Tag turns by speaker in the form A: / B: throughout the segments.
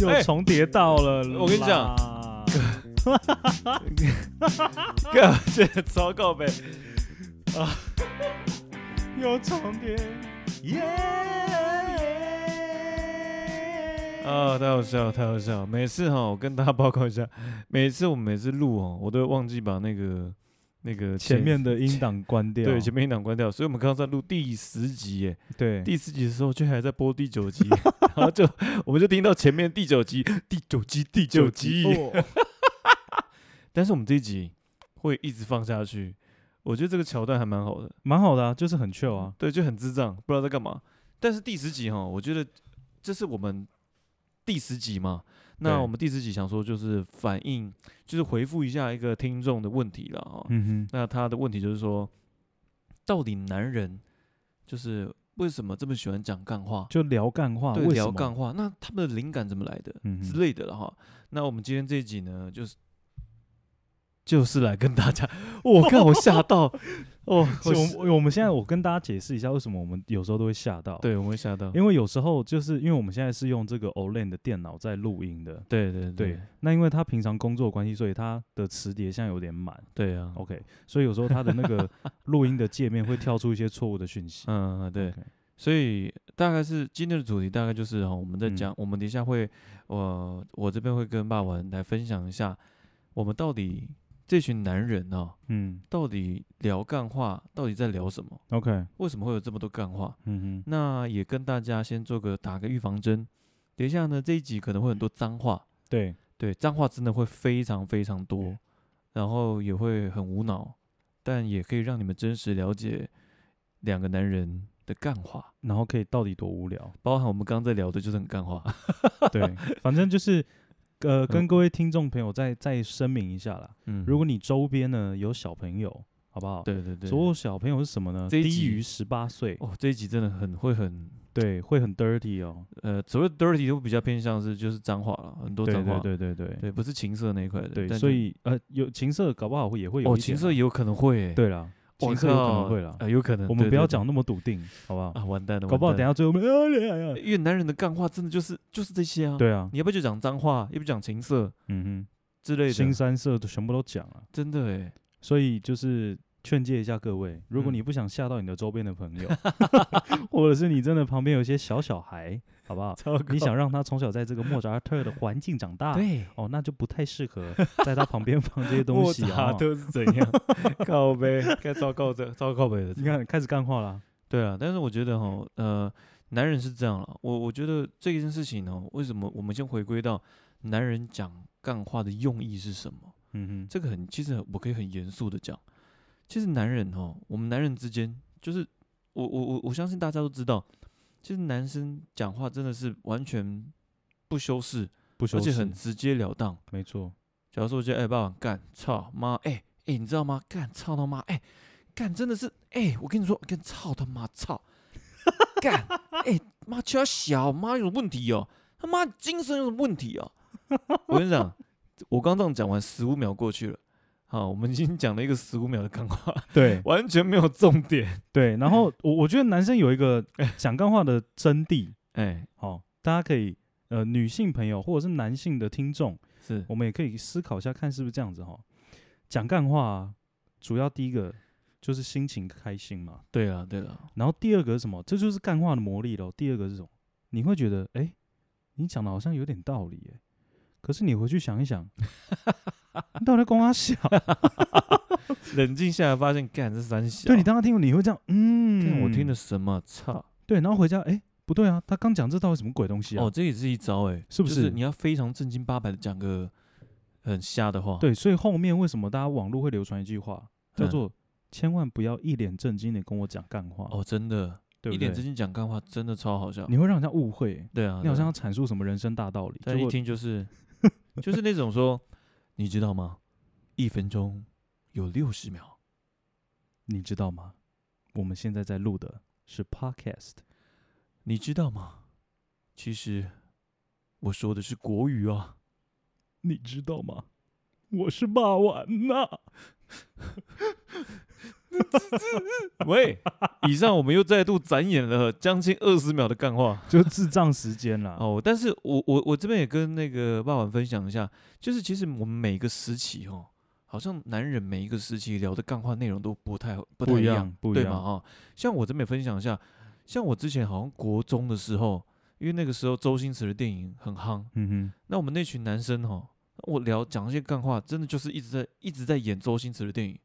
A: 又重叠到了啦、
B: 哎我跟你讲 哥，这糟糕呗！
A: 又重叠，
B: 耶！啊，太好笑 了，太好笑了！每次哈，我跟大家报告一下，每次我们每次录哦，我都会忘记把那个那个
A: 前面的音档关掉，
B: 对前面音档关掉，所以我们刚刚在录第十集耶，
A: 对，
B: 第十集的时候却还在播第 九集，然后就我们就听到前面第九集、第九集、第九集，
A: 哦
B: 但是我们这一集会一直放下去，我觉得这个桥段还蛮好的，
A: 蛮好的啊，就是很 chill 啊，
B: 嗯对，就很智障，不知道在干嘛。但是第十集哈，我觉得这是我们第十集嘛，那
A: 对
B: 我们第十集想说就是反映，就是回复一下一个听众的问题了啊、
A: 嗯
B: 那他的问题就是说，到底男人就是为什么这么喜欢讲干话
A: 哼，？就聊干话，
B: 对，
A: 为什
B: 聊
A: 么
B: 干，话，那他们的灵感怎么来的、
A: 嗯
B: 之
A: 哼，
B: 类的了哈。那我们今天这一集呢，就是就是来跟大家， 我靠，我 吓到，哦， 我
A: 是我们我们现在我跟大家解释一下，为什么我们有时候都会吓到，，
B: 对，我们会吓到，
A: 因为有时候就是因为我们现在是用这个 Olen 的电脑在录音的，
B: 对对
A: 对，那因为他平常工作的关系，所以他的磁碟现在有点满
B: 对啊，
A: ，OK，所以有时候他的那 个录音的界面会跳出一些错误的讯息。
B: 嗯，对
A: OK，
B: 所以大概是今天的主题，大概就是哦哈，我们在
A: 嗯
B: 讲，我们等一下会，我我这边会跟霸文来分享一下，我们到底这群男人哦，
A: 嗯
B: 到底聊干话，到底在聊什么？
A: ，OK，
B: 为什么会有这么多干话？
A: 嗯哼，
B: 那也跟大家先做个打个预防针。等一下呢，这一集可能会很多脏话，
A: 对，
B: 对，脏话真的会非常非常多，然后也会很无脑，但也可以让你们真实了解两个男人的干话，
A: 然后可以到底多无聊？
B: 包含我们刚刚在聊的就是很干话。
A: 对， 反正就是呃，
B: 嗯
A: 跟各位听众朋友再再声明一下啦，
B: 嗯
A: 如果你周边呢有小朋友，好不好？，
B: 对对对，
A: 所有小朋友是什么呢？
B: 这一集
A: 低于十八岁，
B: 哦，这一集真的很会很
A: 对，会很 dirty 哦。
B: 呃，所谓 dirty 都比较偏向是就是脏话了，很多
A: 对
B: 脏话，
A: 对对对对
B: 对不是情色那一块的，
A: 对，
B: 但
A: 所
B: 就
A: 以呃，有情色搞不好会也会有
B: 哦，
A: 一
B: 情
A: 点
B: 色
A: 啊
B: 也有可能会欸，
A: 对啦，
B: 我靠，
A: 情色有可能会啦。
B: 呃，有可能，
A: 我
B: 对
A: 们不
B: 对
A: 要
B: 对
A: 讲那么笃定，好不好？
B: 啊，完蛋了，
A: 搞不好
B: 完
A: 等一
B: 蛋了
A: 下最后面啊哎呀，
B: 越南人的干话真的就是就是这些啊。，
A: 对啊，
B: 你要不就讲脏话，要不讲情色
A: 嗯
B: 之类
A: 哼，新
B: 的，
A: 三色都全部都讲了，
B: 真的哎，
A: 所以就是劝诫一下各位，如果
B: 嗯
A: 你不想吓到你的周边的朋 友， 或者是你真的旁边有一些小小孩，好不好？
B: 糟糕
A: 你想让他从小在这个莫扎特的环境长大，
B: 对。
A: 哦，那就不太适合在他旁边放这些东 西啊。
B: 都是怎 样？靠呗，该糟糕的，糟糕呗
A: 你看，开始干话啦。
B: 对啊，但是我觉得哈，呃，男人是这样了。我我觉得这一件事情呢，为什么我们先回归到男人讲干话的用意是什么？
A: 嗯哼，
B: 这个很，其实我可以很严肃的讲，其实男人哦，我们男人之间，就是我我我我相信大家都知道，其实男生讲话真的是完全不修饰，
A: 不羞
B: 而且很
A: 耻，
B: 直截了当。
A: 没 错，
B: 假如说我觉得哎，爸爸干操妈哎哎，你知道吗？干操他妈哎，干真的是哎、我跟你说，干操他妈操，干哎妈家小妈有问题哦，他妈精神有什么问题哦？ 我跟你讲，我刚这样讲完十五秒过去了，好，我们已经讲了一个十五秒的干话，
A: 对
B: 完全没有重点。
A: 对。然后我我觉得男生有一个讲干话的真谛，
B: 哎，
A: 好、大家可以呃，女性朋友或者是男性的听众，
B: 是
A: 我们也可以思考一下，看是不是这样子哈、讲干话、啊，主要第一个就是心情开心嘛，
B: 对了对了，
A: 然后第二个是什么？这就是干话的魔力咯。第二个是什么？你会觉得，哎，你讲的好像有点道理，哎，可是你回去想一想，你到底在跟我想？
B: 冷静下来发现干这三小，
A: 对你刚刚听过，你会这样，嗯，
B: 干我听的什么操？
A: 对，然后回家，哎，不对啊，他刚讲这到底什么鬼东西啊？
B: 哦，这也是一招哎、
A: 是不
B: 就是你要非常正经八百的讲个很瞎的话。
A: 对，所以后面为什么大家网络会流传一句话，叫
B: 嗯
A: 做“千万不要一脸正经的跟我讲干话”，
B: 哦，真的，
A: 对不
B: 一点
A: 对
B: 正？经讲干话真的超好笑。
A: 你会让人家误会欸，
B: 对啊，
A: 你好
B: 对
A: 像
B: 啊
A: 要阐述什么人生大道理，
B: 但
A: 结
B: 一
A: 果
B: 听就是 就是那种说，你知道吗？一分钟有六十秒，
A: 你知道吗？我们现在在录的是 podcast，
B: 你知道吗？其实我说的是国 语啊。
A: 你 知道吗？我是霸王呐、
B: 喂，以上我们又再度展演了将近二十秒的干话
A: 就智障时间啦。
B: 哦，但是我我我这边也跟那个爸爸分享一下，就是其实我们每个时期哦，好像男人每一个时期聊的干话内容都不太不太
A: 不一
B: 样，
A: 样，不一
B: 对嘛？
A: 样。
B: 哦，像我这边也分享一下，像我之前好像国中的时候，因为那个时候周星驰的电影很夯，
A: 嗯
B: 那我们那群男生哦，我聊讲一些干话，真的就是一直在一直在演周星驰的电影。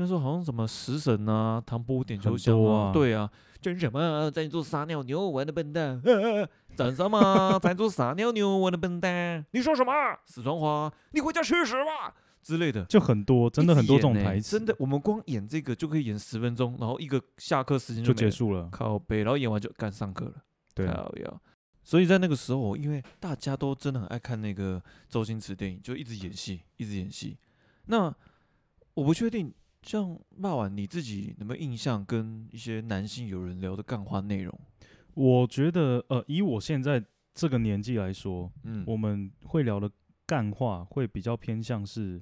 B: 那时候好像什么食神啊、唐伯虎点秋香
A: 很多啊
B: 对啊，就是什么在做撒尿牛，我的笨蛋， 呃长什么在做撒尿牛，我的笨蛋，你说什么？死床花，你回家吃屎吧之类的
A: 哼，，就很多，真的
B: 一直
A: 很多这种
B: 演欸
A: 台词，
B: 真的，我们光演这个就可以演十分钟，然后一个下课时间
A: 就
B: 没
A: 结，
B: 了
A: 束了。
B: 靠背，然后演完就干上课了。
A: 对啊，
B: 靠腰所以在那个时候，因为大家都真的很爱看那个周星驰电影，就一直演戏，一直演戏。那我不确定，像骂完你自己有没有印象，跟一些男性友人聊的干话内容？
A: 我觉得呃，以我现在这个年纪来说，
B: 嗯，
A: 我们会聊的干话会比较偏向是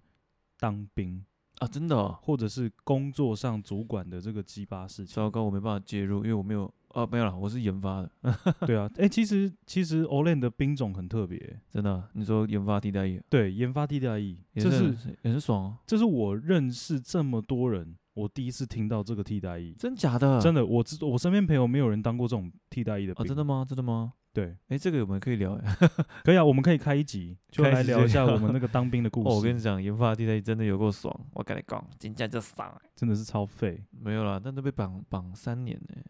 A: 当兵
B: 啊，真的、哦，
A: 或者是工作上主管的这个鸡巴事情。
B: 糟糕，我没办法介入，因为我没有啊，没有啦，我是研发的，
A: 对啊，哎、其实其实 Olen 的兵种很特别、
B: 真的啊。你说研发替代役，
A: 对，研发替代役，
B: 也
A: 这
B: 很
A: 是
B: 也很爽、哦，
A: 这是我认识这么多人，我第一次听到这个替代役。
B: 真假的？
A: 真的，我知我身边朋友没有人当过这种替代役嗯哦的
B: 啊，
A: 兵。
B: 真的吗？真的吗？
A: 对，
B: 哎、这个我们可以聊哎、
A: 可以啊，我们可 以开一集，就
B: 开一
A: 来
B: 集
A: 聊一
B: 就
A: 下
B: 聊
A: 我们那个当兵的故事。
B: 哦，我跟你讲，研发替代役真的有够爽，我跟你讲，真正就爽、欸。
A: 真的是超废
B: 没有啦，但都被绑绑三年呢、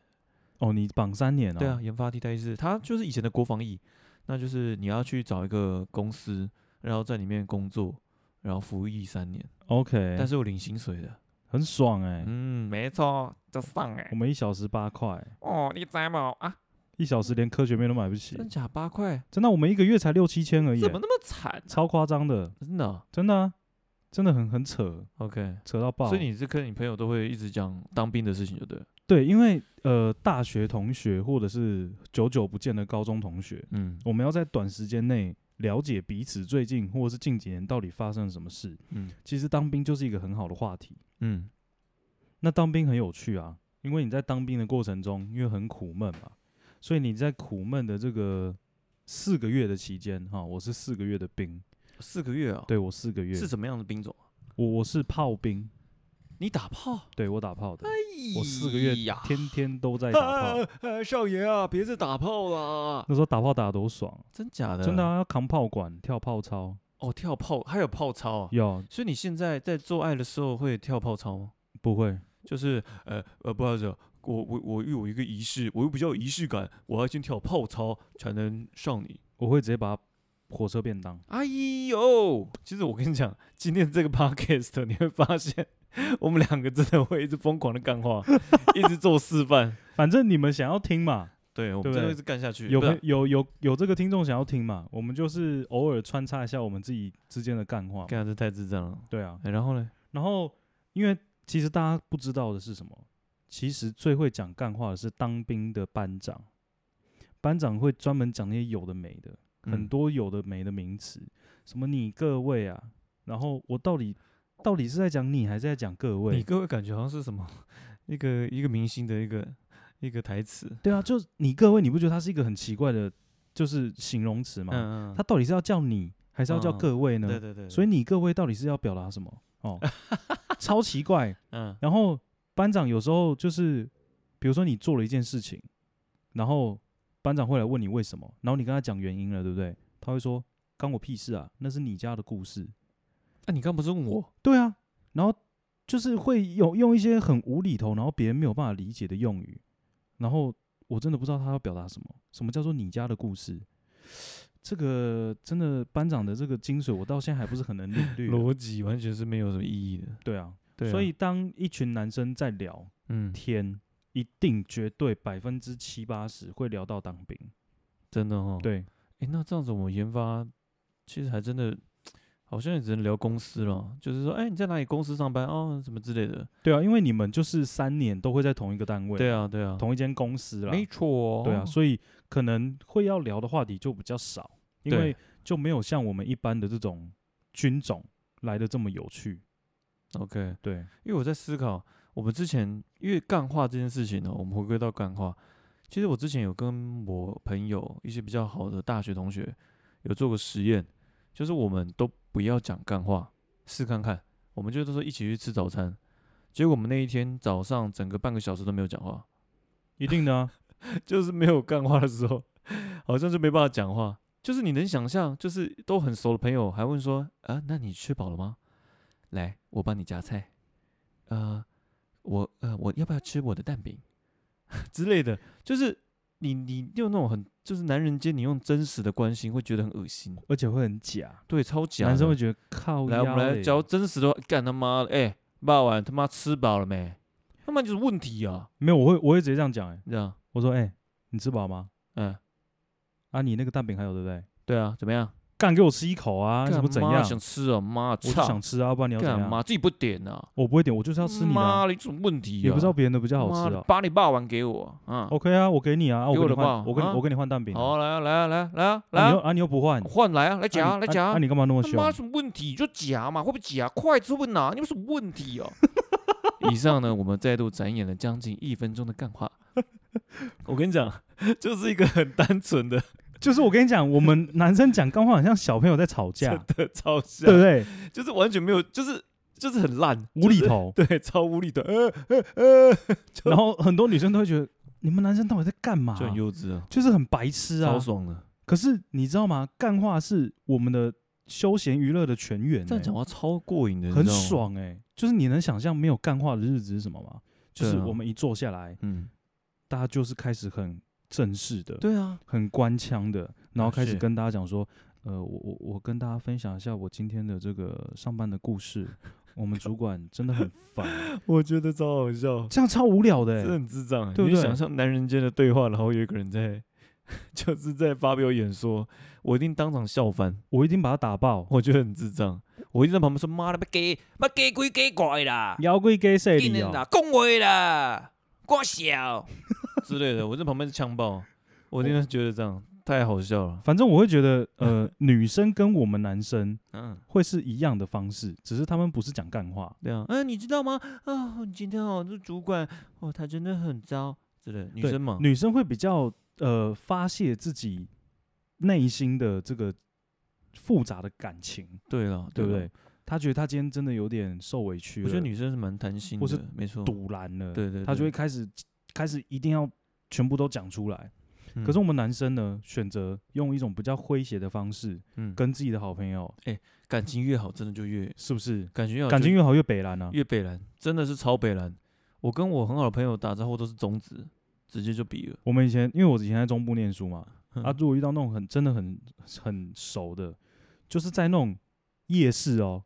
A: 哦！你绑三年啊？
B: 对啊，，研发替代役是他就是以前的国防役，那就是你要去找一个公司，然后在里面工作，然后服役三年，
A: OK，
B: 但是我领薪水的。
A: 很爽哎、
B: 嗯，没错，就上哎、
A: 我们一小时八块，
B: 哦，你知吗？啊，
A: 一小时连科学面都买不起，
B: 真假八块，
A: 真的，我们一个月才六七千而已欸、
B: 怎么那么惨？
A: 超夸张的，
B: 真的哦、
A: 真的啊、真的很很扯，
B: OK，
A: 扯到爆。
B: 所以你是跟你朋友都会一直讲当兵的事情，就对了。
A: 对，因为呃，大学同学或者是久久不见的高中同学，
B: 嗯
A: 我们要在短时间内了解彼此最近或者是近几年到底发生了什么事。
B: 嗯
A: 其实当兵就是一个很好的话题。
B: 嗯，
A: 那当兵很有趣啊，因为你在当兵的过程中，因为很苦闷嘛，所以你在苦闷的这个四个月的期间，哈，我是四个月的兵，
B: 四个月啊、
A: 对我四个月，
B: 是什么样的兵种啊？
A: 我我是炮兵，
B: 你打炮？
A: 对我打炮的，我四个月
B: 呀
A: 天天都在打炮，
B: 啊呃 少爷啊，别再打炮了，
A: 那时候打炮打得多爽，
B: 真假的？
A: 真的、啊、要扛炮管、跳炮操，
B: 哦，跳炮还有炮操啊！
A: 要
B: 所以你现在在做爱的时候会跳炮操吗？
A: 不会
B: 就是呃呃，不好意思，我我我又有一个仪式，我又比较有仪式感，我要先跳炮操才能上你。
A: 我会直接把火车便当，
B: 哎呦，其实我跟你讲，今天这个 podcast 你会发现，我们两个真的会一直疯狂的干话，一直做示范。
A: 反正你们想要听嘛，
B: 对，我
A: 对
B: 们
A: 不
B: 真的
A: 对
B: 一直干下去。
A: 有
B: 不是
A: 朋有有有这个听众想要听嘛，我们就是偶尔穿插一下我们自己之间的干话嘛，
B: 干这太智障了。
A: 对啊，
B: 哎然后呢？
A: 然后因为其实大家不知道的是什么，其实最会讲干话的是当兵的班长，班长会专门讲那些有的没的，很
B: 嗯
A: 多有的没的名词，什么你各位啊，然后我到底到底是在讲你还是在讲各
B: 你
A: 位？
B: 各位感觉好像是什么一个一个明星的一个一个台词，
A: 对啊，就是你各位，你不觉得它是一个很奇怪的，就是形容词吗？
B: 嗯
A: 它到底是要叫你还是要叫
B: 嗯嗯
A: 各位呢？
B: 对对对，
A: 所以你各位到底是要表达什么？ 哦，超奇怪。
B: 嗯
A: 然后班长有时候就是，比如说你做了一件事情，然后班长会来问你为什么，然后你跟他讲原因了，对不对？他会说关我屁事啊，那是你家的故事。
B: 啊，你刚不是问我？
A: 对啊，然后就是会有用一些很无厘头，然后别人没有办法理解的用语，然后我真的不知道他要表达什么。什么叫做你家的故事？这个真的班长的这个精髓，我到现在还不是很能领略啊。
B: 逻辑完全是没有什么意义的，
A: 对啊，
B: 对啊
A: 所以当一群男生在聊
B: 嗯，
A: 天，一定绝对百分之七八十会聊到当兵。
B: 真的哦。，
A: 对，
B: 哎，那这样子我们研发其实还真的好像也只能聊公司了，就是说，哎，你在哪里公司上班哦，什么之类的。
A: 对啊，因为你们就是三年都会在同一个单位，
B: 对啊，对啊，
A: 同一间公司啦，
B: 没错，哦
A: 对啊，所以可能会要聊的话题就比较少，因
B: 对
A: 为就没有像我们一般的这种军种来的这么有趣。
B: OK，
A: 对，
B: 因为我在思考，我们之前因为干话这件事情呢，哦我们回归到干话，其实我之前有跟我朋友一些比较好的大学同学有做过实验，就是我们都不要讲干话，试看看，我们就都说一起去吃早餐，结果我们那一天早上整个半个小时都没有讲话，
A: 一定的啊，
B: 就是没有干话的时候，好像就没办法讲话。就是你能想象，就是都很熟的朋友还问说啊，那你吃饱了吗？来，我帮你夹菜。呃，我呃，我要不要吃我的蛋饼 之类的？就是你你用那种很就是男人间你用真实的关心会觉得很恶心，
A: 而且会很假，
B: 对，超假的。
A: 男生会觉得靠
B: 来，我
A: 腰
B: 们来
A: 嘞
B: 教真实的话，干他妈的，哎、傍晚他妈吃饱了没？他妈就是问题啊，
A: 没有，我会我会直接这样讲，哎，
B: 你知道？
A: 我说，哎，你吃饱吗？
B: 嗯，
A: 啊，你那个蛋饼还有对不对？
B: 对啊，怎么样？
A: 干给我吃一口啊，什
B: 干
A: 么怎
B: 妈
A: 样？
B: 想吃啊，妈，
A: 我就
B: 操
A: 想吃啊，不然你要怎
B: 干
A: 样？
B: 嘛自己不点呢、啊？
A: 我不会点，我就是要吃你的啊，
B: 妈的，有什么问题、啊？
A: 也不知道别人的比较好
B: 妈
A: 吃
B: 的
A: 啊。
B: 把你霸王给我，嗯，
A: OK 啊，我给你啊，啊
B: 给
A: 我
B: 我
A: 跟你
B: 的吧
A: 换，我跟你
B: 啊
A: 我跟你换蛋饼啊，
B: 好啊，来啊，来啊，来啊，来
A: 啊
B: 啊，来
A: 你又
B: 啊，
A: 啊你又不换，
B: 换来啊，来夹啊，来夹
A: 那
B: 啊，
A: 你干嘛那么
B: 他
A: 凶？
B: 妈什么问题就夹嘛，会不会夹？筷子会不会拿？你有什么问题 哦？以上呢，我们再度展演了将近一分钟的干话。 我跟你讲，就是一个很单纯的
A: 就是我跟你讲，我们男生讲干话很像小朋友在吵架，
B: 的嘲
A: 对不
B: 笑，
A: 对？
B: 就是完全没有，就是就是很烂，
A: 无厘头。
B: 对，超无理的，呃呃呃，
A: 然后很多女生都会觉得，你们男生到底在干嘛？
B: 就很幼稚啊，
A: 就是很白痴啊
B: 超。爽的。
A: 可是你知道吗？干话是我们的休闲娱乐的泉源、
B: 这样讲
A: 话
B: 话超过瘾的，你
A: 很
B: 知道吗。
A: 爽哎、就是你能想象没有干话的日子是什么吗？就是
B: 对啊
A: 我们一坐下来，
B: 嗯，
A: 大家就是开始很正式的，
B: 对啊，
A: 很官腔的，然后开始
B: 是
A: 跟大家讲说，呃，我我我跟大家分享一下我今天的这个上班的故事。我们主管真的很 烦，
B: 我觉得超好笑，
A: 这样超无聊的、
B: 真的
A: 欸。
B: 很智障欸。
A: 对不
B: 你就
A: 对
B: 想象男人间的对话，然后有一个人在， 就是在发表演说，我一定当场笑翻，
A: 我一定把他打爆。
B: 我觉得很智障，我一定在旁边说妈的，妈给妈给鬼给怪啦，
A: 摇龟给谁
B: 今
A: 你
B: 人
A: 哦
B: 啦，？恭维啦，瓜小之类的，我在旁边呛爆，我真的觉得这样太好笑了。
A: 反正我会觉得， 呃，女生跟我们男生
B: 嗯。
A: 会是一样的方式，只是他们不是讲干话。
B: 对啊，嗯、你知道吗？啊，今天哦，这主管哦，他真的很糟，之类的，女
A: 对
B: 生嘛，
A: 女生会比较呃发泄自己内心的这个复杂的感情，
B: 对了，
A: 对不
B: 了
A: 对？？她觉得她今天真的有点受委屈了，
B: 我觉得女生是蛮贪心
A: 或
B: 的，
A: 是
B: 没错。
A: 堵拦了，
B: 哦对对
A: 她就
B: 对
A: 会开始开始一定要全部都讲出来。
B: 嗯
A: 可是我们男生呢，选择用一种比较诙谐的方式
B: 嗯，
A: 跟自己的好朋友，
B: 感情越好，真的就越
A: 是不是？
B: 感情越好，
A: 感情
B: 越
A: 越好越北蓝啊，
B: 呃越北蓝，真的是超北蓝。我跟我很好的朋友打招呼都是中指，直接就比了。
A: 我们以前因为我以前在中部念书嘛，
B: 嗯
A: 啊，如果遇到那种很真的很很熟的，就是在那种夜市哦，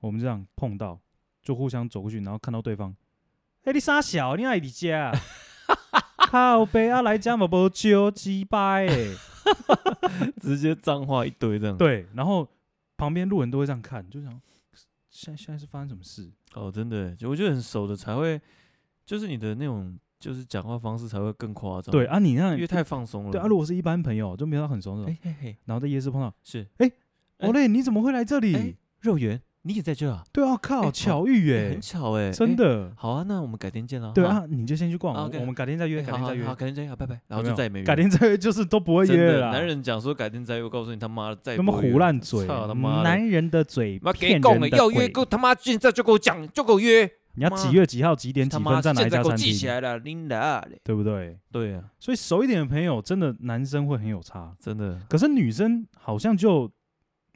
A: 我们这样碰到，就互相走过去，然后看到对方，哎、你傻小，你爱你家、啊， 靠背啊，来家嘛不揪鸡巴哎，
B: 直接脏话一堆这样。，
A: 对，然后旁边路人都会这样看，就想现在现在是发生什么事？
B: 哦，真的耶，就我觉得很熟的才会，就是你的那种，就是讲话方式才会更夸张。
A: 对，啊，你那
B: 因为太放松了。
A: 对啊，如果是一般朋友，就没有到很熟那种，
B: 哎嘿嘿，
A: 然后在夜市碰到，
B: 是哎
A: 哦嘞，你怎么会来这里？
B: 哎肉圆，你也在这啊？
A: 对啊，靠，
B: 哎
A: 巧遇
B: 哎
A: 耶、
B: 很巧哎，
A: 真
B: 哎。
A: 的。
B: 好啊，那我们改天见了。
A: 对
B: 哈，
A: 啊，你就先去逛，
B: 啊
A: 我
B: ，OK
A: 我们改天再约，
B: 哎
A: 改
B: 好
A: 天
B: 好
A: 再约
B: 好，，改天再约，拜拜。然后
A: 有没
B: 就
A: 有
B: 再也没约。
A: 改天再约就是都不会
B: 真
A: 约
B: 的，
A: 了啦。
B: 男人讲说改天再约，我告诉你他妈的再
A: 那么
B: 不约
A: 胡乱嘴，
B: 操他妈的
A: 男人的嘴
B: 妈
A: 骗
B: 给
A: 人
B: 供了，
A: 的
B: 要约
A: 鬼
B: 给我他妈现在就给我讲，就给我约，
A: 你要
B: 妈
A: 几月几号几点
B: 他
A: 几
B: 妈
A: 分在哪
B: 现
A: 一
B: 在
A: 家
B: 给我
A: 餐
B: 记起
A: 厅，
B: 来了，琳达嘞。
A: 对不对？
B: 对啊，
A: 所以熟一点的朋友，真的男生会很有差。
B: 真的，
A: 可是女生好像就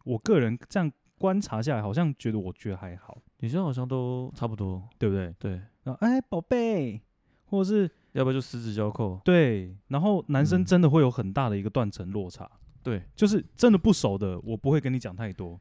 A: 我个人这样观察下来，好像觉得我觉得还好，
B: 女生好像都差不多。
A: 对不对？
B: 对，
A: 然后哎，宝贝，或者是
B: 要不然就十指交扣。
A: 对，然后男生
B: 嗯
A: 真的会有很大的一个断层落差。
B: 对，
A: 就是真的不熟的，我不会跟你讲太多。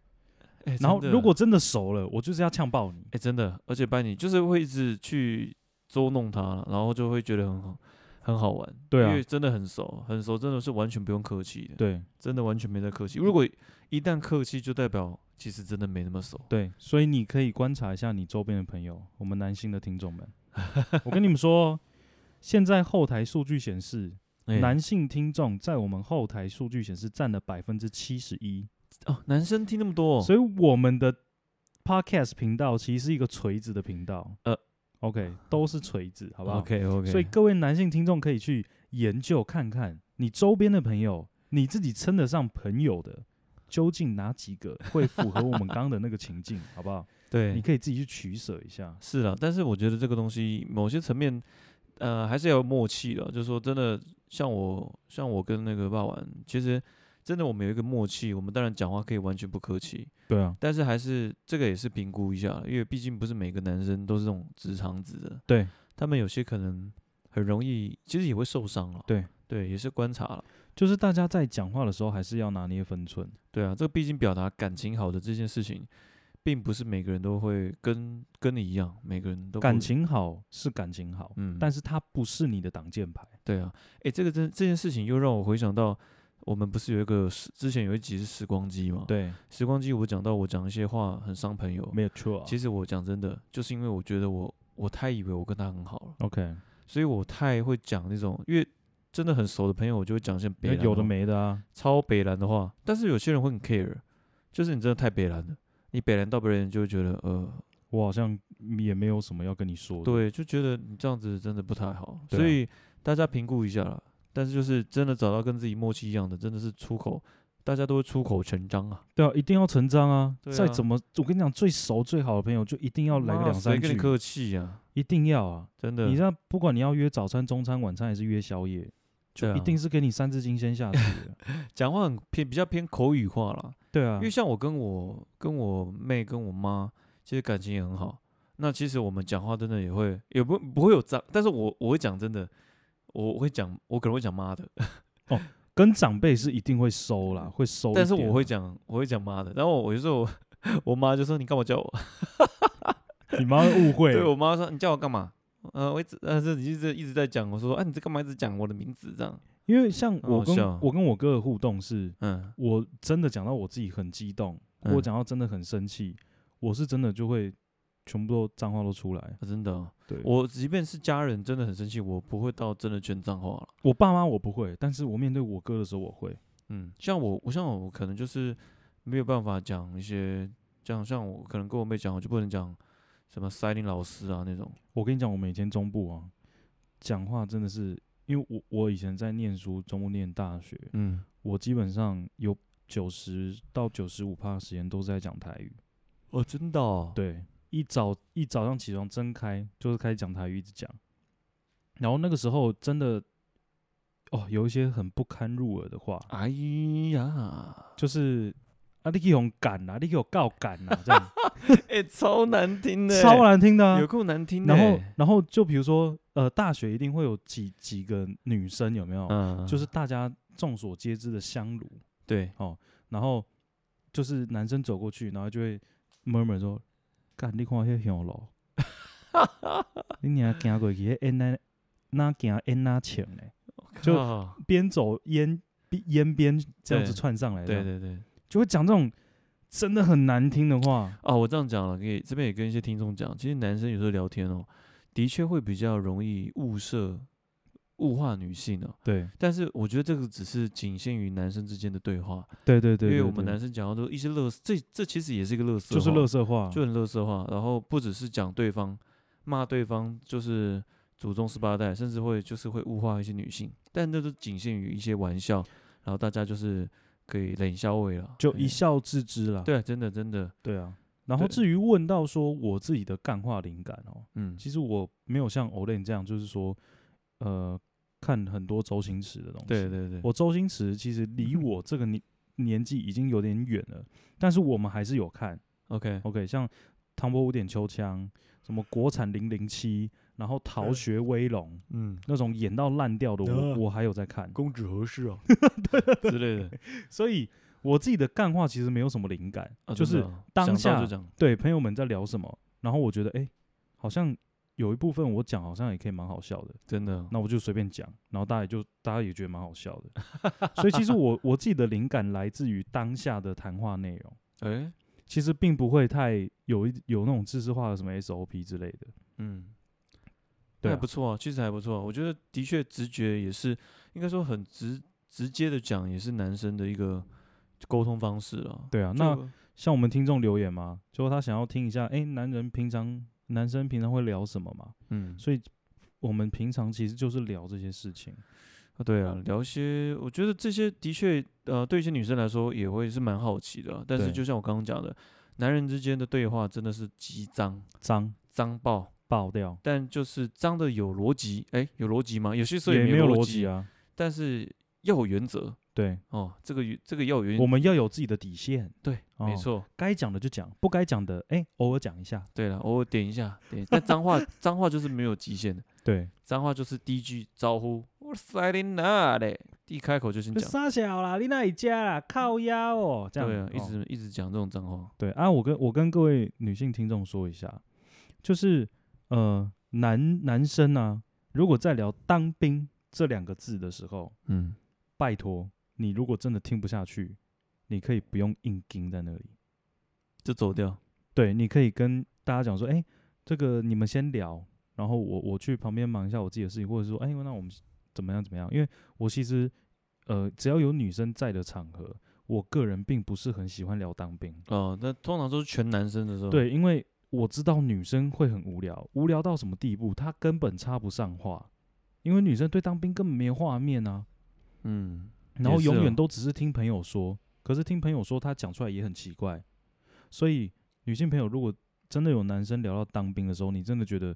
B: 哎
A: 然后
B: 真的
A: 如果真的熟了，我就是要呛爆你。
B: 哎真的，而且班你就是会一直去捉弄他，然后就会觉得很好，很好玩。
A: 对啊
B: 因为真的很熟，很熟真的是完全不用客气的，
A: 对
B: 真的完全没在客气。如果一旦客气，就代表其实真的没那么熟。
A: 对，所以你可以观察一下你周边的朋友，我们男性的听众们，我跟你们说，哦现在后台数据显示，
B: 哎
A: 男性听众在我们后台数据显示占了百分之七十一，
B: 哦，男生听那么多、哦，呃
A: 所以我们的 podcast 频道其实是一个垂直的频道。 OK，都是锤子，好不好
B: OK OK，
A: 所以各位男性听众可以去研究看看，你周边的朋友，你自己称得上朋友的，究竟哪几个会符合我们刚刚的那个情境，好不好？你
B: 对
A: 可以自己去取舍一下。
B: 是啊，但是我觉得这个东西某些层面，呃，还是要有默契的。就是说，真的，像我像我跟那个霸王，其实真的我们有一个默契，我们当然讲话可以完全不客气，
A: 对啊，
B: 但是还是这个也是评估一下，因为毕竟不是每个男生都是这种直肠子的，
A: 对
B: 他们有些可能很容易，其实也会受伤了。
A: 对，
B: 对，也是观察了。
A: 就是大家在讲话的时候还是要拿捏分寸。
B: 对啊，这个毕竟表达感情好的这件事情，并不是每个人都会跟跟你一样，每个人都
A: 感
B: 不，
A: 情好是感情好，
B: 嗯，
A: 但是它不是你的挡箭牌。
B: 对啊，诶，这个真这件事情又让我回想到，我们不是有一个时之前有一集是时光机嘛？，
A: 对，
B: 时光机我讲到我讲一些话很伤朋友，
A: 哦没有错啊。
B: 其实我讲真的，就是因为我觉得我我太以为我跟他很好了，
A: OK，
B: 所以我太会讲那种，因为真的很熟的朋友，我就会讲一些北兰
A: 有
B: 话
A: 的没的啊。
B: 超北蓝的话，但是有些人会很 care，就是你真的太北蓝了，你北蓝到别人就会觉得呃，
A: 我好像也没有什么要跟你说的。
B: 对，就觉得你这样子真的不太好，
A: 对啊
B: 所以大家评估一下啦。但是就是真的找到跟自己默契一样的，真的是出口，大家都会出口成章啊。
A: 对啊，一定要成章啊！
B: 对
A: 再
B: 啊
A: 怎么，我跟你讲，最熟最好的朋友就一定要来个
B: 妈
A: 两三
B: 谁跟你
A: 句，
B: 客气啊？
A: 一定要啊！
B: 真的，
A: 你知道，不管你要约早餐、中餐、晚餐，还是约宵夜，
B: 就
A: 一定是给你三字经先下去 的。
B: 啊讲话很偏，比较偏口语化啦。
A: 对啊
B: 因为，像我跟我跟我妹跟我妈，其实感情也很好。那其实我们讲话真的也会，也不不会有脏，但是我我会讲真的，我会讲，我可能会讲妈的，
A: 跟长辈是一定会收啦，会收一点啊。
B: 但是我会讲我会讲妈的。然后我有时候 我我妈就说你干嘛叫我？
A: 你妈会误会。啊
B: 对哦我妈说你叫我干嘛？呃，我一直呃这你一直一直在讲，我说哎、你这干嘛一直讲我的名字这样？
A: 因为像
B: 很
A: 我
B: 好
A: 跟
B: 笑啊
A: 我跟我哥的互动是，
B: 嗯，
A: 我真的讲到我自己很激动，
B: 嗯
A: 我讲到真的很生气，我是真的就会全部都脏话都出来。
B: 啊真的哦、
A: 对我
B: 我即便是家人真的很生气，我不会到真的全脏话了。
A: 我爸妈我不会，但是我面对我哥的时候我会。
B: 嗯，像我，我像我可能就是没有办法讲一些，像像我可能跟我妹讲，我就不能讲什么塞林老师啊那种。
A: 我跟你讲，我们以前中部啊，讲话真的是，因为我我以前在念书，中部念大学，
B: 嗯，
A: 我基本上有九十到九十五趴时间都是在讲台语。
B: 哦，真的、哦，，
A: 对，一早一早上起床睁开就是开始讲台语，一直讲。然后那个时候真的，哦，有一些很不堪入耳的话，
B: 哎呀，
A: 就是啊，你给我赶啊，你给我告赶啊，这 样
B: 哎、超难听的，欸
A: 超难听的、啊
B: 有。够难听的。欸
A: 然后，然后就比如说，呃，大学一定会有几几个女生，有没有？
B: 嗯，
A: 就是大家众所皆知的香炉，
B: 对，
A: 然后就是男生走过去，然后就会 murmur 说：“干，你看迄香炉，你娘行过去，迄烟那那行烟那呛嘞，就
B: 靠
A: 边走烟边烟边这样子
B: 对
A: 窜上来的，
B: 对对对，
A: 就会讲这种真的很难听的话。
B: 哦，我这样讲了，给这边也跟一些听众讲，其实男生有时候聊天哦，的确会比较容易物色、物化女性哦。
A: 对
B: 但是我觉得这个只是仅限于男生之间的对话，
A: 对对对，
B: 因为
A: 对
B: 我们
A: 对
B: 男生讲到都一些乐，这这其实也是一个乐色，
A: 就是乐，色话，
B: 就很乐色话。然后不只是讲对方，骂对方，就是祖宗十八代，甚至会就是会物化一些女性，但那都仅限于一些玩笑，然后大家就是可以冷笑味了，
A: 就
B: 对
A: 一笑置之啦。
B: 对，真的真的，
A: 对啊。然后
B: 对
A: 至于问到说我自己的干话灵感哦，
B: 嗯，
A: 其实我没有像 Olen 这样，就是说，呃，看很多周星驰的东西。
B: 对对对，
A: 我周星驰其实 离我这个年年纪已经有点远了，但是我们还是有看。
B: OK，
A: OK，像《唐伯虎点秋香》，什么国产零零七，然后《逃学威龙》
B: 嗯，
A: 那种演到烂掉的我，我
B: 啊
A: 还有在看。
B: 公子合适啊 之类 的，
A: 所以我自己的干话其实没有什么灵感，
B: 啊
A: 就
B: 真
A: 是
B: 的哦
A: 当
B: 想
A: 下
B: 到就讲，
A: 对朋友们在聊什么，然后我觉得哎、诶好像有一部分我讲好像也可以蛮好笑的。
B: 真的，哦
A: 那我就随便讲，然后大家也就大家也觉得蛮好笑的。 所以其实我我自己的灵感来自于当下的谈话内容，
B: 哎，
A: 其实并不会太有一有那种知识化的什么 SOP 之类的。
B: 嗯，
A: 对
B: 那
A: 啊、
B: 还不错啊，其实还不错啊、我觉得的确直觉也是，应该说很直直接的讲，也是男生的一个沟通方式了。
A: 对啊，
B: 就，
A: 那像我们听众留言嘛，就说他想要听一下，哎、男人平常男生平常会聊什么嘛，
B: 嗯，
A: 所以我们平常其实就是聊这些事情。
B: 啊对啊，聊一些，我觉得这些的确，呃，对一些女生来说也会是蛮好奇的啊、但是
A: 对
B: 就像我刚刚讲的，男人之间的对话真的是极脏
A: 脏
B: 脏爆，
A: 爆掉，
B: 但就是脏的有逻辑，哎，有逻辑吗？有些时候
A: 也
B: 没
A: 没有逻
B: 逻
A: 辑，啊。
B: 但是要有原则
A: 对，
B: 哦，这个有这个要有
A: 我
B: 原，
A: 们要有自己的底线，
B: 对，没
A: 哦
B: 错，
A: 该讲的就讲，不该讲的，哎、偶尔讲一下。
B: 对了，偶尔点一下，对，但脏话脏话就是没有极限的，
A: 对，
B: 脏话就是第一句招呼，我塞琳娜嘞，一开口就先讲，
A: 傻小啦，你那里家啦，靠腰哦，这样
B: 对啊，一
A: 哦
B: 直一直讲这种脏话，
A: 对啊，我跟我跟各位女性听众说一下，就是呃，男男生啊，如果在聊当兵这两个字的时候，
B: 嗯，
A: 拜托你，如果真的听不下去，你可以不用硬盯在那里，
B: 就走掉，
A: 对，你可以跟大家讲说，哎、这个你们先聊，然后我我去旁边忙一下我自己的事情，或者说，哎、那我们怎么样怎么样？因为我其实呃，只要有女生在的场合，我个人并不是很喜欢聊当兵。
B: 哦，那通常都是全男生的时候，，
A: 对，因为我知道女生会很无聊，无聊到什么地步，她根本插不上话，因为女生对当兵根本没画面啊，
B: 嗯，
A: 然后
B: 也是
A: 永
B: 哦
A: 远都只是听朋友说，可是听朋友说她讲出来也很奇怪，所以女性朋友如果真的有男生聊到当兵的时候，你真的觉得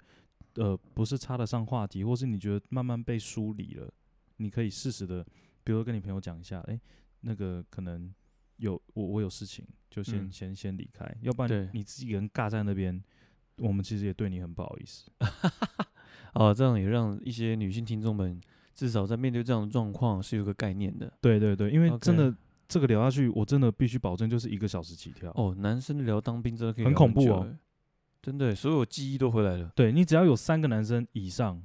A: 呃不是插得上话题，或是你觉得慢慢被梳理了，你可以适时的，比如说跟你朋友讲一下，哎、那个可能有我我有事情，就先、
B: 嗯
A: 先先离开，要不然
B: 对
A: 你自己一个人尬在那边，我们其实也对你很不好意思。
B: 哦，这样也让一些女性听众们至少在面对这样的状况是有个概念的，
A: 对对对，因为
B: OK
A: 真的这个聊下去，我真的必须保证就是一个小时起跳。
B: 哦，男生聊当兵真的可以
A: 很
B: 聊
A: 恐怖
B: 久
A: 哦
B: 欸，真的欸，所有记忆都回来了，
A: 对你只要有三个男生以上，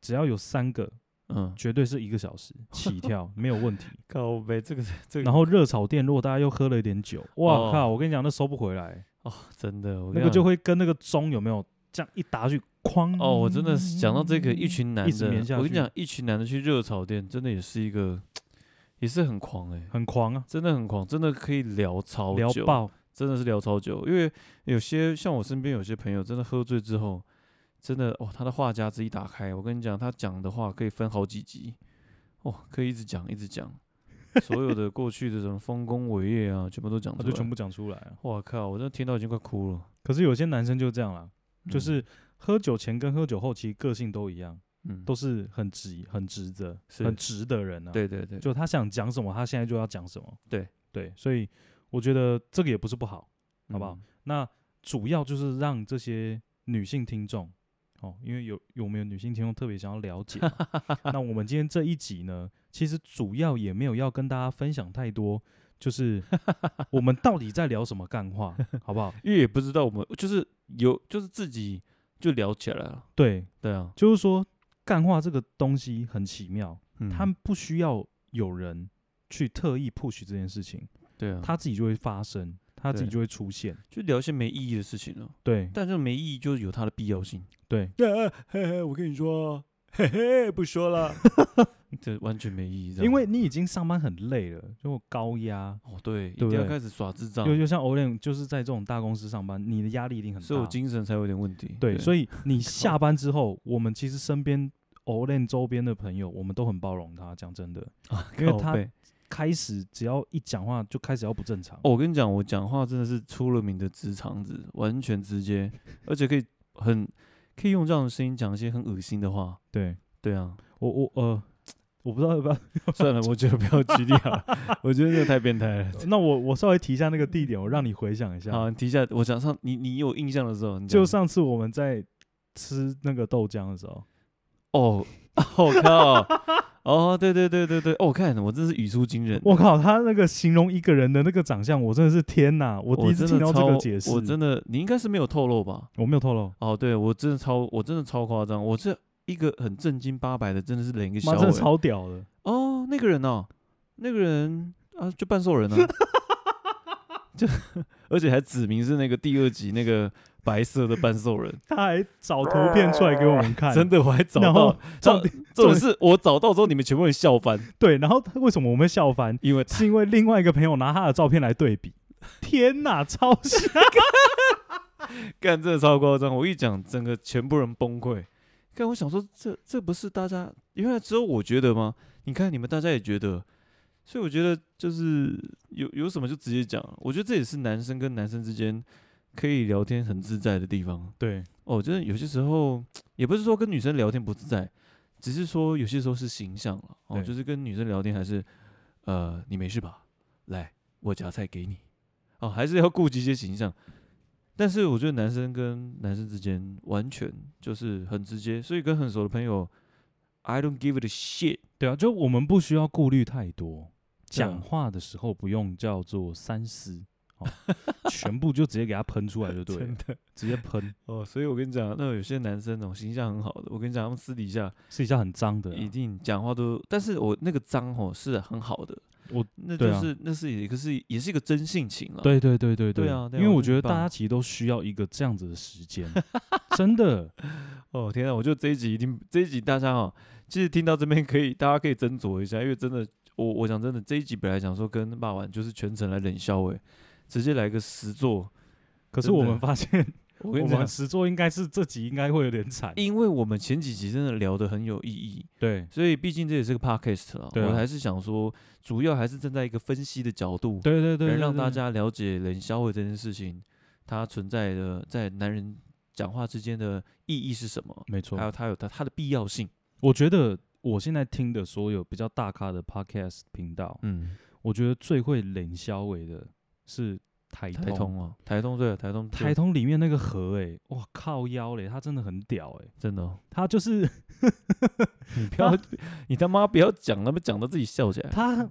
A: 只要有三个，
B: 嗯，
A: 绝对是一个小时起跳， 没有问题。
B: 靠呗，这个这
A: 然后热炒店，如果大家又喝了一点酒，哇
B: 哦
A: 靠！我跟你讲，那收不回来，
B: 哦，真的，我
A: 那个
B: 跟你
A: 就
B: 讲
A: 会跟那个钟有没有这样一打去，哐！
B: 哦，我
A: 嗯
B: 真的是讲到这个，一群男
A: 一直
B: 的
A: 绵，下
B: 我跟你
A: 去
B: 讲，一群男的去热炒店，真的也是一个，也是很狂哎、
A: 很狂啊，
B: 真的很狂，真的可以聊超
A: 聊
B: 久，
A: 爆，
B: 真的是聊超久。因为有些像我身边有些朋友，真的喝醉之后，真的哦，他的话匣子一打开，我跟你讲，他讲的话可以分好几集，哦，可以一直讲一直讲，所有的过去的什么丰功伟业啊，全部都讲
A: 他
B: 出
A: 就
B: 来。
A: 全部讲出来啊。
B: 哇靠！我真的听到已经快哭了。
A: 可是有些男生就这样啦，就
B: 嗯
A: 是喝酒前跟喝酒后其实个性都一样，
B: 嗯，
A: 都是很直、很直的、
B: 是
A: 很直的人啊。
B: 对对对，
A: 就他想讲什么，他现在就要讲什么。
B: 对
A: 对，所以我觉得这个也不是不好。好不好
B: 嗯？
A: 那主要就是让这些女性听众哦，因为有有没有女性听众特别想要了 解嘛？那我们今天这一集呢，其实主要也没有要跟大家分享太多，就是 我们到底在聊什么干话，好不好？
B: 因为也不知道我们就是有就是自己就聊起来了，
A: 对，
B: 对啊，
A: 就是说干话这个东西很奇妙，
B: 嗯
A: 它不需要有人去特意 push 这件事情，
B: 对啊，
A: 它自己就会发生，它自己
B: 对
A: 就会出现。
B: 就聊一些没意义的事情了，
A: 对
B: 但这种没意义就有它的必要性。
A: 对，
B: 嘿嘿，我跟你说，嘿嘿，不说了，这完全没意义这样。
A: 因为你已经上班很累了，就高压，
B: 哦，对，一
A: 对不
B: 定要
A: 对
B: 开始耍智障，
A: 就就像 Olen 就是在这种大公司上班，你的压力一定很大，
B: 所以我精神才有点问题。
A: 对，所
B: 以
A: 以你下班之后，我们其实身边 Olen 周边的朋友，我们都很包容他。讲真的，
B: 啊
A: 因为他开始只要一讲话就开始要不正常，
B: 哦，我跟你讲，我讲话真的是出了名的直肠子，完全直接，而且可以很可以用这样的声音讲一些很恶心的话。
A: 对
B: 对 啊，
A: 我我呃，我不知道要不 要，
B: 算了，我觉得不要举例
A: 啊
B: 了，我觉得这个太变态了。
A: 那我我稍微提一下那个地点，我让你回想一下。
B: 好，你提一下，我讲上你你有印象的时候，你讲
A: 就上次我们在吃那个豆浆的时候，
B: 哦， 我、靠，哦，对对对对对，哦，看我真是语出惊人，
A: 我靠，他那个形容一个人的那个长相，我真的是天哪！我
B: 我
A: 第一次
B: 真
A: 听
B: 的
A: 到这个
B: 超
A: 解释，
B: 我真的，你应该是没有透露吧？
A: 我没有透露，
B: 哦，对，我真的超，我真的超夸张，我这一个很正经八百的，真的是连一个小
A: 妈真的
B: 尾
A: 超屌的。
B: 哦，那个人哦，那个人啊，就半兽 人啊，就而且还指明是那个第二集那个白色的半兽 人，
A: 他还找图片出来给我们 看，
B: 真
A: 的
B: 的我还找
A: 然后
B: 到，重
A: 重点
B: 重点是我找到之后，你们全部人笑翻，
A: 对。然后他为什么我们会笑翻？
B: 因为
A: 是 因为另外一个朋友拿他的照片来对比。天哪，超像！
B: 干真的超夸张，我一讲整个全部人崩溃。干，我想说这这不是大家，原来只有我觉得吗？你看你们大家也觉得，所以我觉得就是有有什么就直接讲。啊我觉得这也是男生跟男生之间可以聊天很自在的地方。
A: 对，
B: 哦，就是有些时候也不是说跟女生聊天不自在，只是说有些时候是形象了。哦，
A: 对
B: 就是跟女生聊天还是，呃，你没事吧？来，我夹菜给你。哦，还是要顾及一些形象。但是我觉得男生跟男生之间完全就是很直接，所以跟很熟的朋友，I don't give it a shit。
A: 对啊，就我们不需要顾虑太多，
B: 对啊
A: 讲话的时候不用叫做三思， 哦、全部就直接给它喷出来就对了，
B: 的
A: 直接喷，
B: 哦，所以我跟你讲，那有些男生哦，形象很好的，我跟你讲，他们私底下
A: 是一下很脏的啊、
B: 一定讲话都，但是我那个脏哦是很好的，
A: 我
B: 那
A: 对
B: 就
A: 啊
B: 是、那是一个是也是一个真性情了。
A: 对对对对
B: 对啊对啊
A: 因为
B: 我
A: 我
B: 觉
A: 觉
B: 得
A: 得
B: 很棒
A: 大家其实都需要一个这样子的时 间，真的，
B: 哦天啊，我觉得这一集一定这一集大家哦，其实听到这边可以大家可以斟酌一下，因为真的我我讲真的这一集本来想说跟霸王就是全程来冷笑诶，直接来个实作。
A: 可是
B: 真
A: 我
B: 的
A: 们发现，
B: 我
A: 我
B: 跟你讲
A: 们，实作应该是这集应该会有点惨，
B: 因为我们前几集真的聊得很有意义，
A: 对
B: 所以毕竟这也是个 podcast 了，
A: 对啊
B: 我还是想说主要还是站在一个分析的角度，
A: 对对对
B: 来
A: 对，
B: 让大
A: 对
B: 家了解冷笑话这件事情，它存在的在男人讲话之间的意义是什么，
A: 没错
B: 还，有它有它它的必要性。
A: 我觉得我现在听的所有比较大咖的 podcast 频道，
B: 嗯，
A: 我觉得最会冷消尾的是台
B: 台通啊，台通对啊，台通
A: 台
B: 通
A: 通里面那个河哎、哇靠腰嘞，他真的很屌哎、
B: 真的哦，
A: 他就是
B: 你不要你他妈不要讲，那么讲到自己笑起来，
A: 他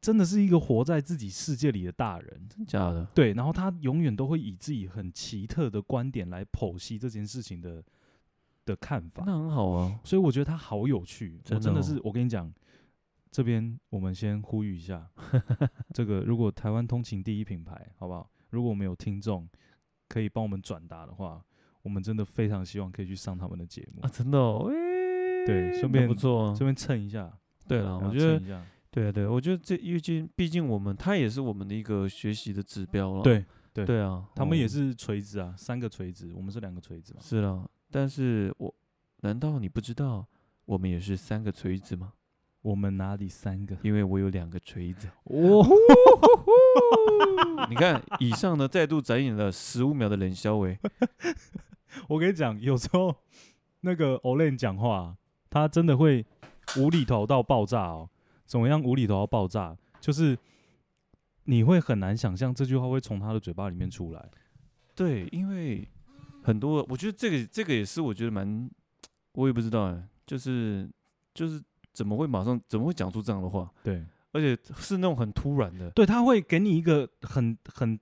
A: 真的是一个活在自己世界里的大人，
B: 真假的？
A: 对，然后他永远都会以自己很奇特的观点来剖析这件事情的的看
B: 那
A: 法，
B: 很好啊，
A: 所以我觉得他好有趣，
B: 真
A: 我
B: 的
A: 真的
B: 哦
A: 是，我跟你讲。这边我们先呼吁一 下，这个如果台湾通勤第一品牌，好不好？如果我们有听众可以帮我们转达的话，我们真的非常希望可以去上他们的节目
B: 啊，，真的哦，诶
A: 对
B: 那
A: 顺便
B: 不错啊
A: 这。边蹭一下。
B: 对了，
A: 然
B: 我
A: 后
B: 觉得
A: 蹭一下
B: 对啊对啊，我觉得这因为毕毕竟我们它也是我们的一个学习的指标了。
A: 对对
B: 对啊，
A: 他们
B: 哦
A: 也是锤子啊，三个锤子，我们是两个锤子嘛。
B: 是啦，但是我难道你不知道我们也是三个锤子吗？
A: 我们哪里三个？
B: 因为我有两个锤 子。
A: 哦，
B: 你看，以上呢再度展演了十五秒的 冷笑维，
A: 我跟你讲，有时候那个 Olen 讲话，他真的会无厘头到爆炸哦。怎么样无厘头到爆炸？就是你会很难想象这句话会从他的嘴巴里面出来。
B: 对，因为很多，我觉得这个这个也是我觉得蛮，我也不知道哎、就是就是怎么会马上怎么会讲出这样的话，
A: 对，
B: 而且是那种很突然的，
A: 对，他会给你一个很很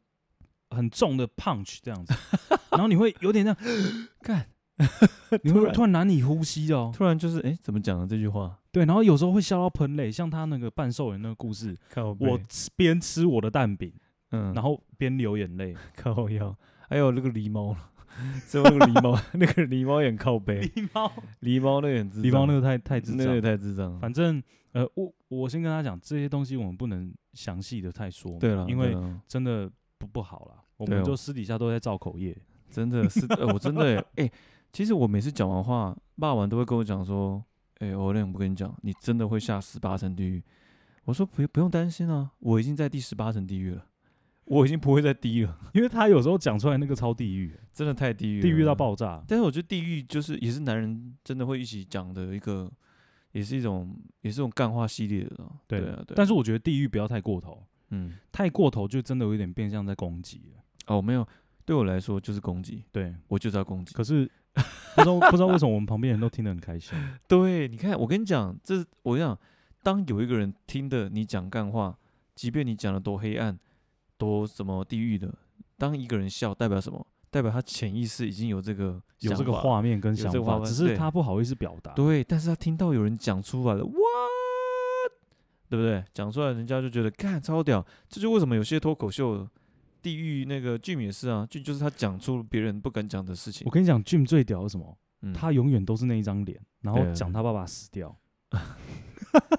A: 很重的 punch 这样子，然后你会有点像
B: 干，
A: 你会
B: 突然
A: 突然难以呼吸哦。
B: 突然就是哎、怎么讲的这句话？
A: 对，然后有时候会笑到喷泪，像他那个半兽人那个故事，
B: 看我
A: 我吃边吃我的蛋饼，
B: 嗯
A: 然后边流眼 泪。
B: 靠腰，还有那个狸猫 了，最后那个狸猫， 那个狸猫也很 靠背，
A: 狸猫，
B: 狸猫那个也很智障，
A: 狸猫那个太太智
B: 那
A: 障
B: 个也
A: 了。
B: 太智障了。
A: 反正呃，我我先跟他讲，这些东西我们不能详细的太说嘛，
B: 对了，
A: 因为
B: 对啦
A: 真的不不好啦。我
B: 对
A: 们
B: 哦
A: 就私底下都在造口业，
B: 真的是，呃我真的 欸哎、其实我每次讲完话，骂完都会跟我讲说，哎、我那我跟你讲，你真的会下十八层地狱。我说不不用担心啊，我已经在第十八层地狱了，我已经不会再低了，
A: 因为他有时候讲出来那个超地狱，
B: 真的太地狱，
A: 地狱到。爆炸。
B: 但是我觉得地狱就是也是男人真的会一起讲的一个，也是一种也是一种干话系列的啦。
A: 对
B: 啊，对啊。
A: 但是我觉得地狱不要太过头，
B: 嗯，
A: 太过头就真的有点变相在攻击了。
B: 哦，没有，对我来说就是攻击，
A: 对，
B: 我就是要攻击。
A: 可是 不知道不知道为什么我们旁边人都听得很开 心。
B: 对，你看，我跟你讲，这是我跟你讲，当有一个人听的你讲干话，即便你讲的多黑暗、多什么地狱的，当一个人笑，代表什么？代表他潜意识已经有这个
A: 有这
B: 想
A: 个
B: 法。
A: 画面跟
B: 有
A: 想
B: 这个画
A: 法，
B: 面
A: 只
B: 对
A: 是他不好意思表达。
B: 对，但是他听到有人讲出来了，哇，对不对？讲出来，人家就觉得干超屌。这就为什么有些脱口秀地狱那个 Jim 也是啊，Jim 就是他讲出别人不敢讲的事情
A: 我。跟你讲，Jim 最屌是什么？
B: 嗯
A: 他永远都是那一张脸，然
B: 对啊
A: 后讲他爸爸死掉。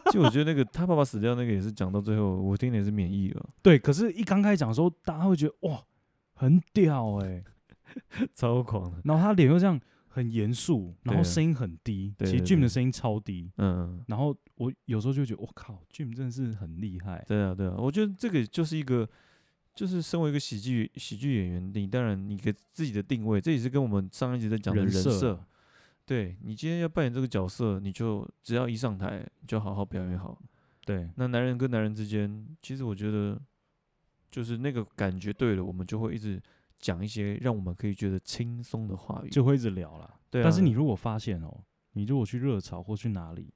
B: 其实我觉得那个他爸爸死掉那个也是讲到最后，我听了也是免疫了。
A: 对，可是，一刚开始讲的时候，大家会觉得哇，很屌哎、
B: 超狂的，
A: 然后他脸又这样很严肃，然后
B: 对啊
A: 声音很低，
B: 对
A: 其实
B: 对
A: Jim
B: 对
A: 的声音超低。
B: 嗯，
A: 然后我有时候就觉得，我靠，Jim 真的是很厉害。
B: 对啊，对啊，我觉得这个就是一个，就是身为一个喜剧喜剧演员，你当然你给自己的定位，这也是跟我们上一集在讲的
A: 人
B: 人
A: 设
B: 设。对你今天要扮演这个角色，你就只要一上台就好好表演好。
A: 对，
B: 那男人跟男人之间，其实我觉得就是那个感觉对了，我们就会一直讲一些让我们可以觉得轻松的话语。
A: 就会一直聊啦。
B: 对啊
A: 但是你如果发现哦，你如果去热潮或去哪里，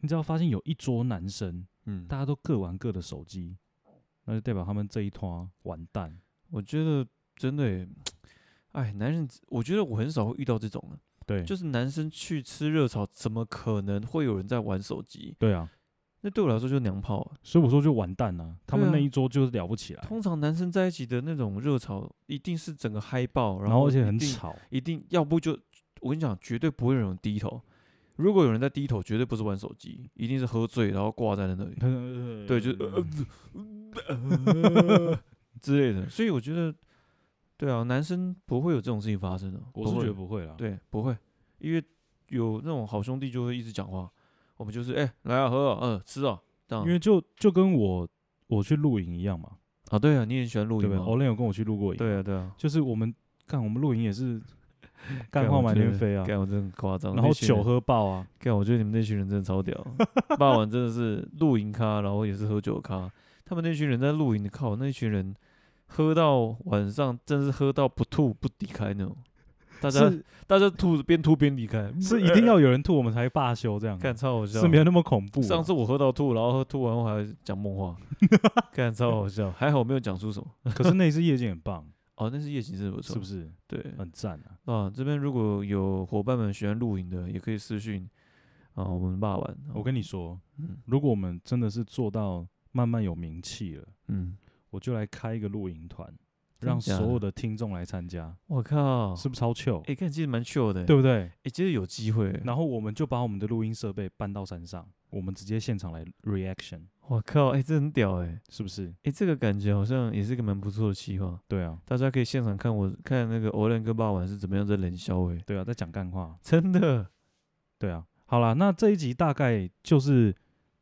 A: 你只要发现有一桌男生，
B: 嗯，
A: 大家都各玩各的手机，那就代表他们这一团完蛋。
B: 我觉得真的耶，哎，男人，我觉得我很少会遇到这种的。
A: 对，
B: 就是男生去吃热炒，怎么可能会有人在玩手机？
A: 对啊，
B: 那对我来说就是娘炮、啊。
A: 所以我说就完蛋了、他们
B: 对
A: 那
B: 啊
A: 一桌就是了不起来，
B: 通常男生在一起的那种热炒，一定是整个嗨爆，
A: 然
B: 后
A: 而且
B: 一
A: 很
B: 定，
A: 吵。
B: 一定要不就我跟你讲，绝对不会有人低头。如果有人在低头，绝对不是玩手机，一定是喝醉然后挂在那 里，
A: 对
B: 对，就是、呃之类的。所以我觉得，对啊，男生不会有这种事情发生的。
A: 我是
B: 不
A: 觉
B: 会
A: 得不会啦。
B: 对，不会，因为有那种好兄弟就会一直讲话，我们就是哎、来啊喝啊，嗯、吃啊，这样。
A: 因为就就跟我我去露营一样嘛，
B: 啊对啊，你也喜欢露
A: 对
B: 营
A: 不对
B: 吗？
A: ？Olen 有跟我去露过营，
B: 对啊对啊，
A: 就是我们干我们露营也 是干
B: 我
A: 话满
B: 觉
A: 天
B: 得
A: 飞啊，
B: 干我真的很夸张，
A: 然
B: 那
A: 后
B: 群
A: 酒
B: 人，
A: 喝爆 啊，
B: 干我觉得你们那群人真的 超屌，霸王真的是露营咖，然后也是喝酒咖，他们那群人在露营的靠，那群人喝到晚上真是喝到不吐不离开那种，大家
A: 是
B: 大家吐边吐边离开，
A: 是一定要有人吐我们才罢休这样啊，
B: 干超好笑，
A: 是没有那么恐怖啊。
B: 上次我喝到吐，然后喝吐完后还讲 梦话，看超好笑。还好我没有讲出什么。
A: 可是那一次夜景很棒，
B: 哦，那是夜 景是不错，
A: 是不？是
B: 对
A: 很赞啊？
B: 啊，这边如果有伙伴们喜欢露营的，也可以私讯啊，我们爸玩。
A: 我跟你说，
B: 嗯
A: 如果我们真的是做到慢慢有名气了，
B: 嗯，
A: 我就来开一个露营团，
B: 真
A: 让
B: 假
A: 所有
B: 的，
A: 的听众来参加，
B: 我靠，
A: 是不是超糗？
B: 哎，看其实蛮 chill 的，
A: 对，不对？
B: 哎，其实有机会。
A: 然后我们就把我们的录音设备搬到山上，我们直接现场来 reaction，
B: 我靠，哎，这很屌哎，
A: 是不是？
B: 哎，这个感觉好像也是个蛮不错的计划。
A: 对啊，
B: 大家可以现场看我看那个欧伦跟爸玩是怎么样在冷笑哎，
A: 对啊，在讲干话，
B: 真的，
A: 对啊。好啦，那这一集大概就是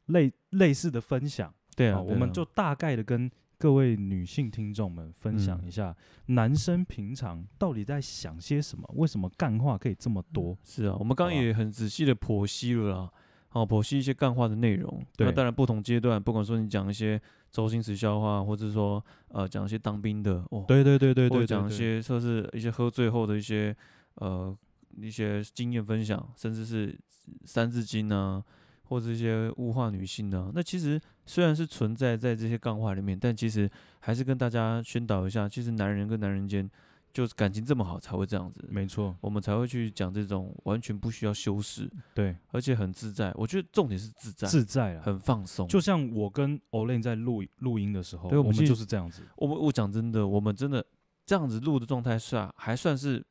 A: 类类似的分享
B: 对
A: 啊，
B: 啊，
A: 我
B: 对
A: 们
B: 啊
A: 就大概的跟各位女性听众们分享
B: 嗯
A: 一下，男生平常到底在想些什么？为什么干话可以这么多？
B: 是啊，我们刚刚
A: 好吧
B: 也很仔细的剖析了啦，哦，剖析一些干话的内容。那
A: 对
B: 当然，不同阶段，不管说你讲一些周星驰笑话，或者说呃讲一些当兵的哦，
A: 对对对对
B: 或
A: 对，
B: 者讲一
A: 对
B: 些说是一些喝醉后的一些呃一些经验分享，甚至是三字经啊，或者一些物化女性啊。那其实虽然是存在在这些干话里面，但其实还是跟大家宣导一下，其实男人跟男人间就是感情这么好才会这样子，
A: 没错，
B: 我们才会去讲这种完全不需要修饰，
A: 对，
B: 而且很自在。我觉得重点是自在，
A: 嗯自在啊。
B: 很放松。
A: 就像我跟 Olen 在录录音的时候，
B: 对我
A: 我
B: 们
A: 们
B: 其实
A: 就是这样子，
B: 我们我讲真的，我们真的这样子录的状态下，还算是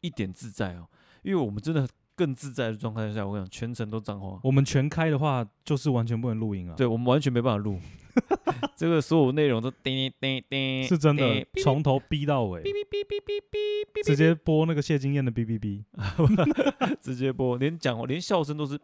B: 一点自在哦，因为我们真的更自在的状态下，我跟你讲，全程都脏话，
A: 我们全开的话就是完全不能录音啊。
B: 对我们完全没办 法录，这个所有内容都叮叮叮，
A: 是真的
B: 哔哔，
A: 从头逼到尾，直接播那个谢金燕的哔哔哔，
B: 直接播，连讲连笑声都是哔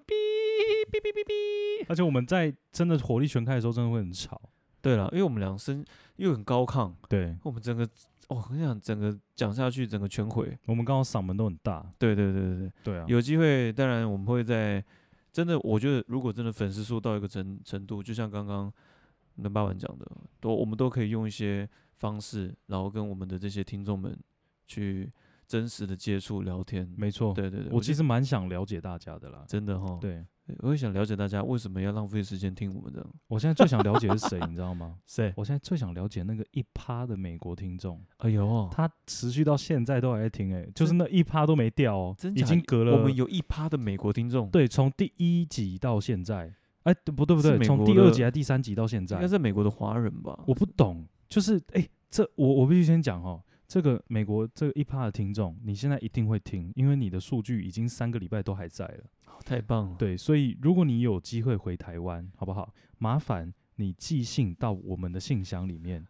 B: 哔哔哔哔。
A: 而且我们在真的火力全开的时候，真的会很吵。
B: 对了，因为我们两声又很高亢。
A: 对，
B: 我们整个，哦，我跟你讲，整个讲下去，整个全毁。
A: 我们刚好嗓门都很大。
B: 对对对对对，
A: 对啊，
B: 有机会，当然我们会在真的，我觉得如果真的粉丝数到一个程程度，就像刚刚那八万讲的，都我们都可以用一些方式，然后跟我们的这些听众们去真实的接触聊天。
A: 没错。
B: 对对对，
A: 嗯我其
B: 觉得
A: 实蛮想了解大家的啦。
B: 真的哈，，
A: 对，
B: 我也想了解大家为什么要浪费时间听我们这样。
A: 我现在最想了解是谁，你知道吗？
B: 谁？
A: 我现在最想了解那个一趴的美国听众，
B: 哎呦哦，
A: 他持续到现在都还在听，哎，就是那一趴都没掉哦，
B: 真
A: 已
B: 假
A: 经隔了
B: 我们有一趴的美国听众，，
A: 对，从第一集到现在，哎，对不对不
B: 是
A: 对，
B: 美
A: 从
B: 国
A: 第二
B: 的
A: 集还是第三集到现在
B: 应该，是美国的华人吧？
A: 我不懂，就是哎、这我我必须先讲哦，这个美国这一趴的听众，你现在一定会听，因为你的数据已经三个礼拜都还在了。
B: 太棒了，
A: 对，所以如果你有机会回台湾，好不好？麻烦你寄信到我们的信箱里 面，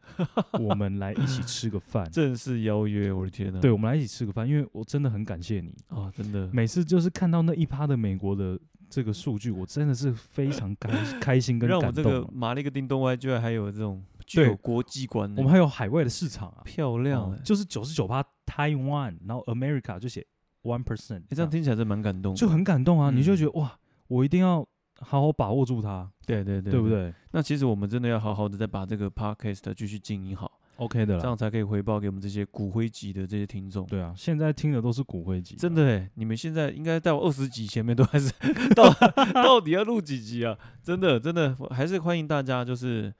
A: 我们来一起吃个饭。
B: 正式邀约，我的天呐！
A: 对，我们来一起吃个饭，因为我真的很感谢你。
B: 啊，真的，
A: 每次就是看到那一趴的美国的这个数据，我真的是非常开 开心跟
B: 让我
A: 感
B: 们这
A: 动
B: 个
A: 哦。
B: 麻利个叮咚 Y 居然还有这种具
A: 对
B: 有国际观呢，
A: 我们还有海外的市场 啊，
B: 漂亮
A: 哦
B: 哎，
A: 就是九十九趴 Taiwan，然后 America 就写 one percent，
B: 哎诶这样听起来真蛮感动的，
A: 就很感动啊！你就
B: 嗯
A: 觉得哇，我一定要好好把握住它，
B: 对对对，
A: 对不？对
B: 那其实我们真的要好好的再把这个 podcast 继续经营好，
A: ？OK 的
B: 这
A: 啦，
B: 样才可以回报给我们这些骨灰级的这些听众。
A: 啊对啊，现在听的都是骨灰级，
B: 真的哎，你们现在应该到二十集前面都还 是到到底要录几集啊？真的真的还是欢迎大家就是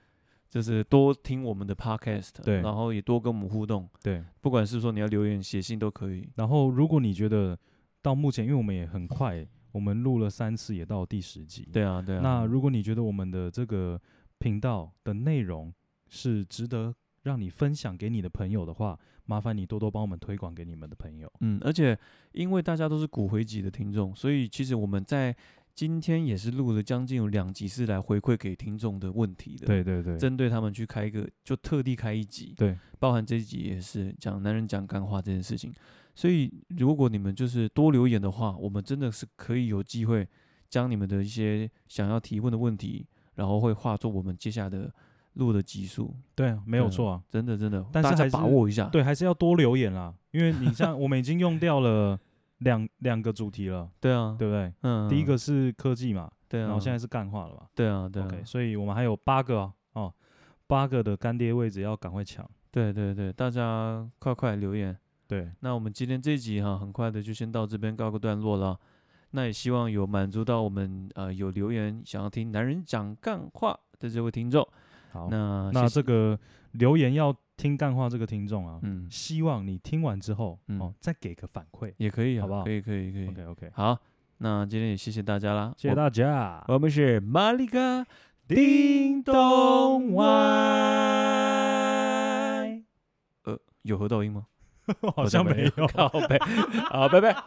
B: 就是多听我们的 podcast，
A: 对
B: 然后也多跟我们互动，
A: 对。
B: 不管是说你要留言、写信都可以。
A: 然后如果你觉得到目前，因为我们也很快、我们录了三次，也到第十集，
B: 对啊对啊，
A: 那如果你觉得我们的这个频道的内容是值得让你分享给你的朋友的话，麻烦你多多帮我们推广给你们的朋友。
B: 嗯，而且因为大家都是骨灰级的听众，所以其实我们在今天也是录了将近有两集是来回馈给听众的问题的。
A: 对对对，
B: 针对他们去开一个，就特地开一集，
A: 对，
B: 包含这一集也是讲男人讲干话这件事情。所以如果你们就是多留言的话，我们真的是可以有机会将你们的一些想要提问的问题，然后会化作我们接下来的录的集数。
A: 对啊，没有错啊。
B: 真的真的，
A: 但是
B: 大家
A: 还是
B: 把握一下。
A: 对，还是要多留言啦，因为你像我们已经用掉了两两个主题了，
B: 对啊，
A: 对不对？
B: 嗯，
A: 第一个是科技嘛，
B: 对啊，
A: 然后现在是干话了嘛。
B: 对啊对啊
A: OK，所以我们还有八个哦哦，八个的干爹位置要赶快抢。
B: 对对对，大家快快留言。
A: 对，
B: 那我们今天这一集哈，很快的就先到这边告个段落了。那也希望有满足到我们呃有留言想要听男人讲干话的这位听众。
A: 好，
B: 那呃
A: 那
B: 谢谢
A: 这个留言要听干话这个听众啊，
B: 嗯
A: 希望你听完之后、
B: 嗯
A: 哦，再给个反馈。
B: 也可以啊，
A: 好不好
B: 可以可以可以。
A: OK OK，
B: 好，那今天也谢谢大家啦，
A: 谢谢
B: 我。
A: 大家，
B: 我们是玛丽嘎叮咚外，呃，有合到音吗？
A: 好像没有。
B: 靠背。好，拜拜。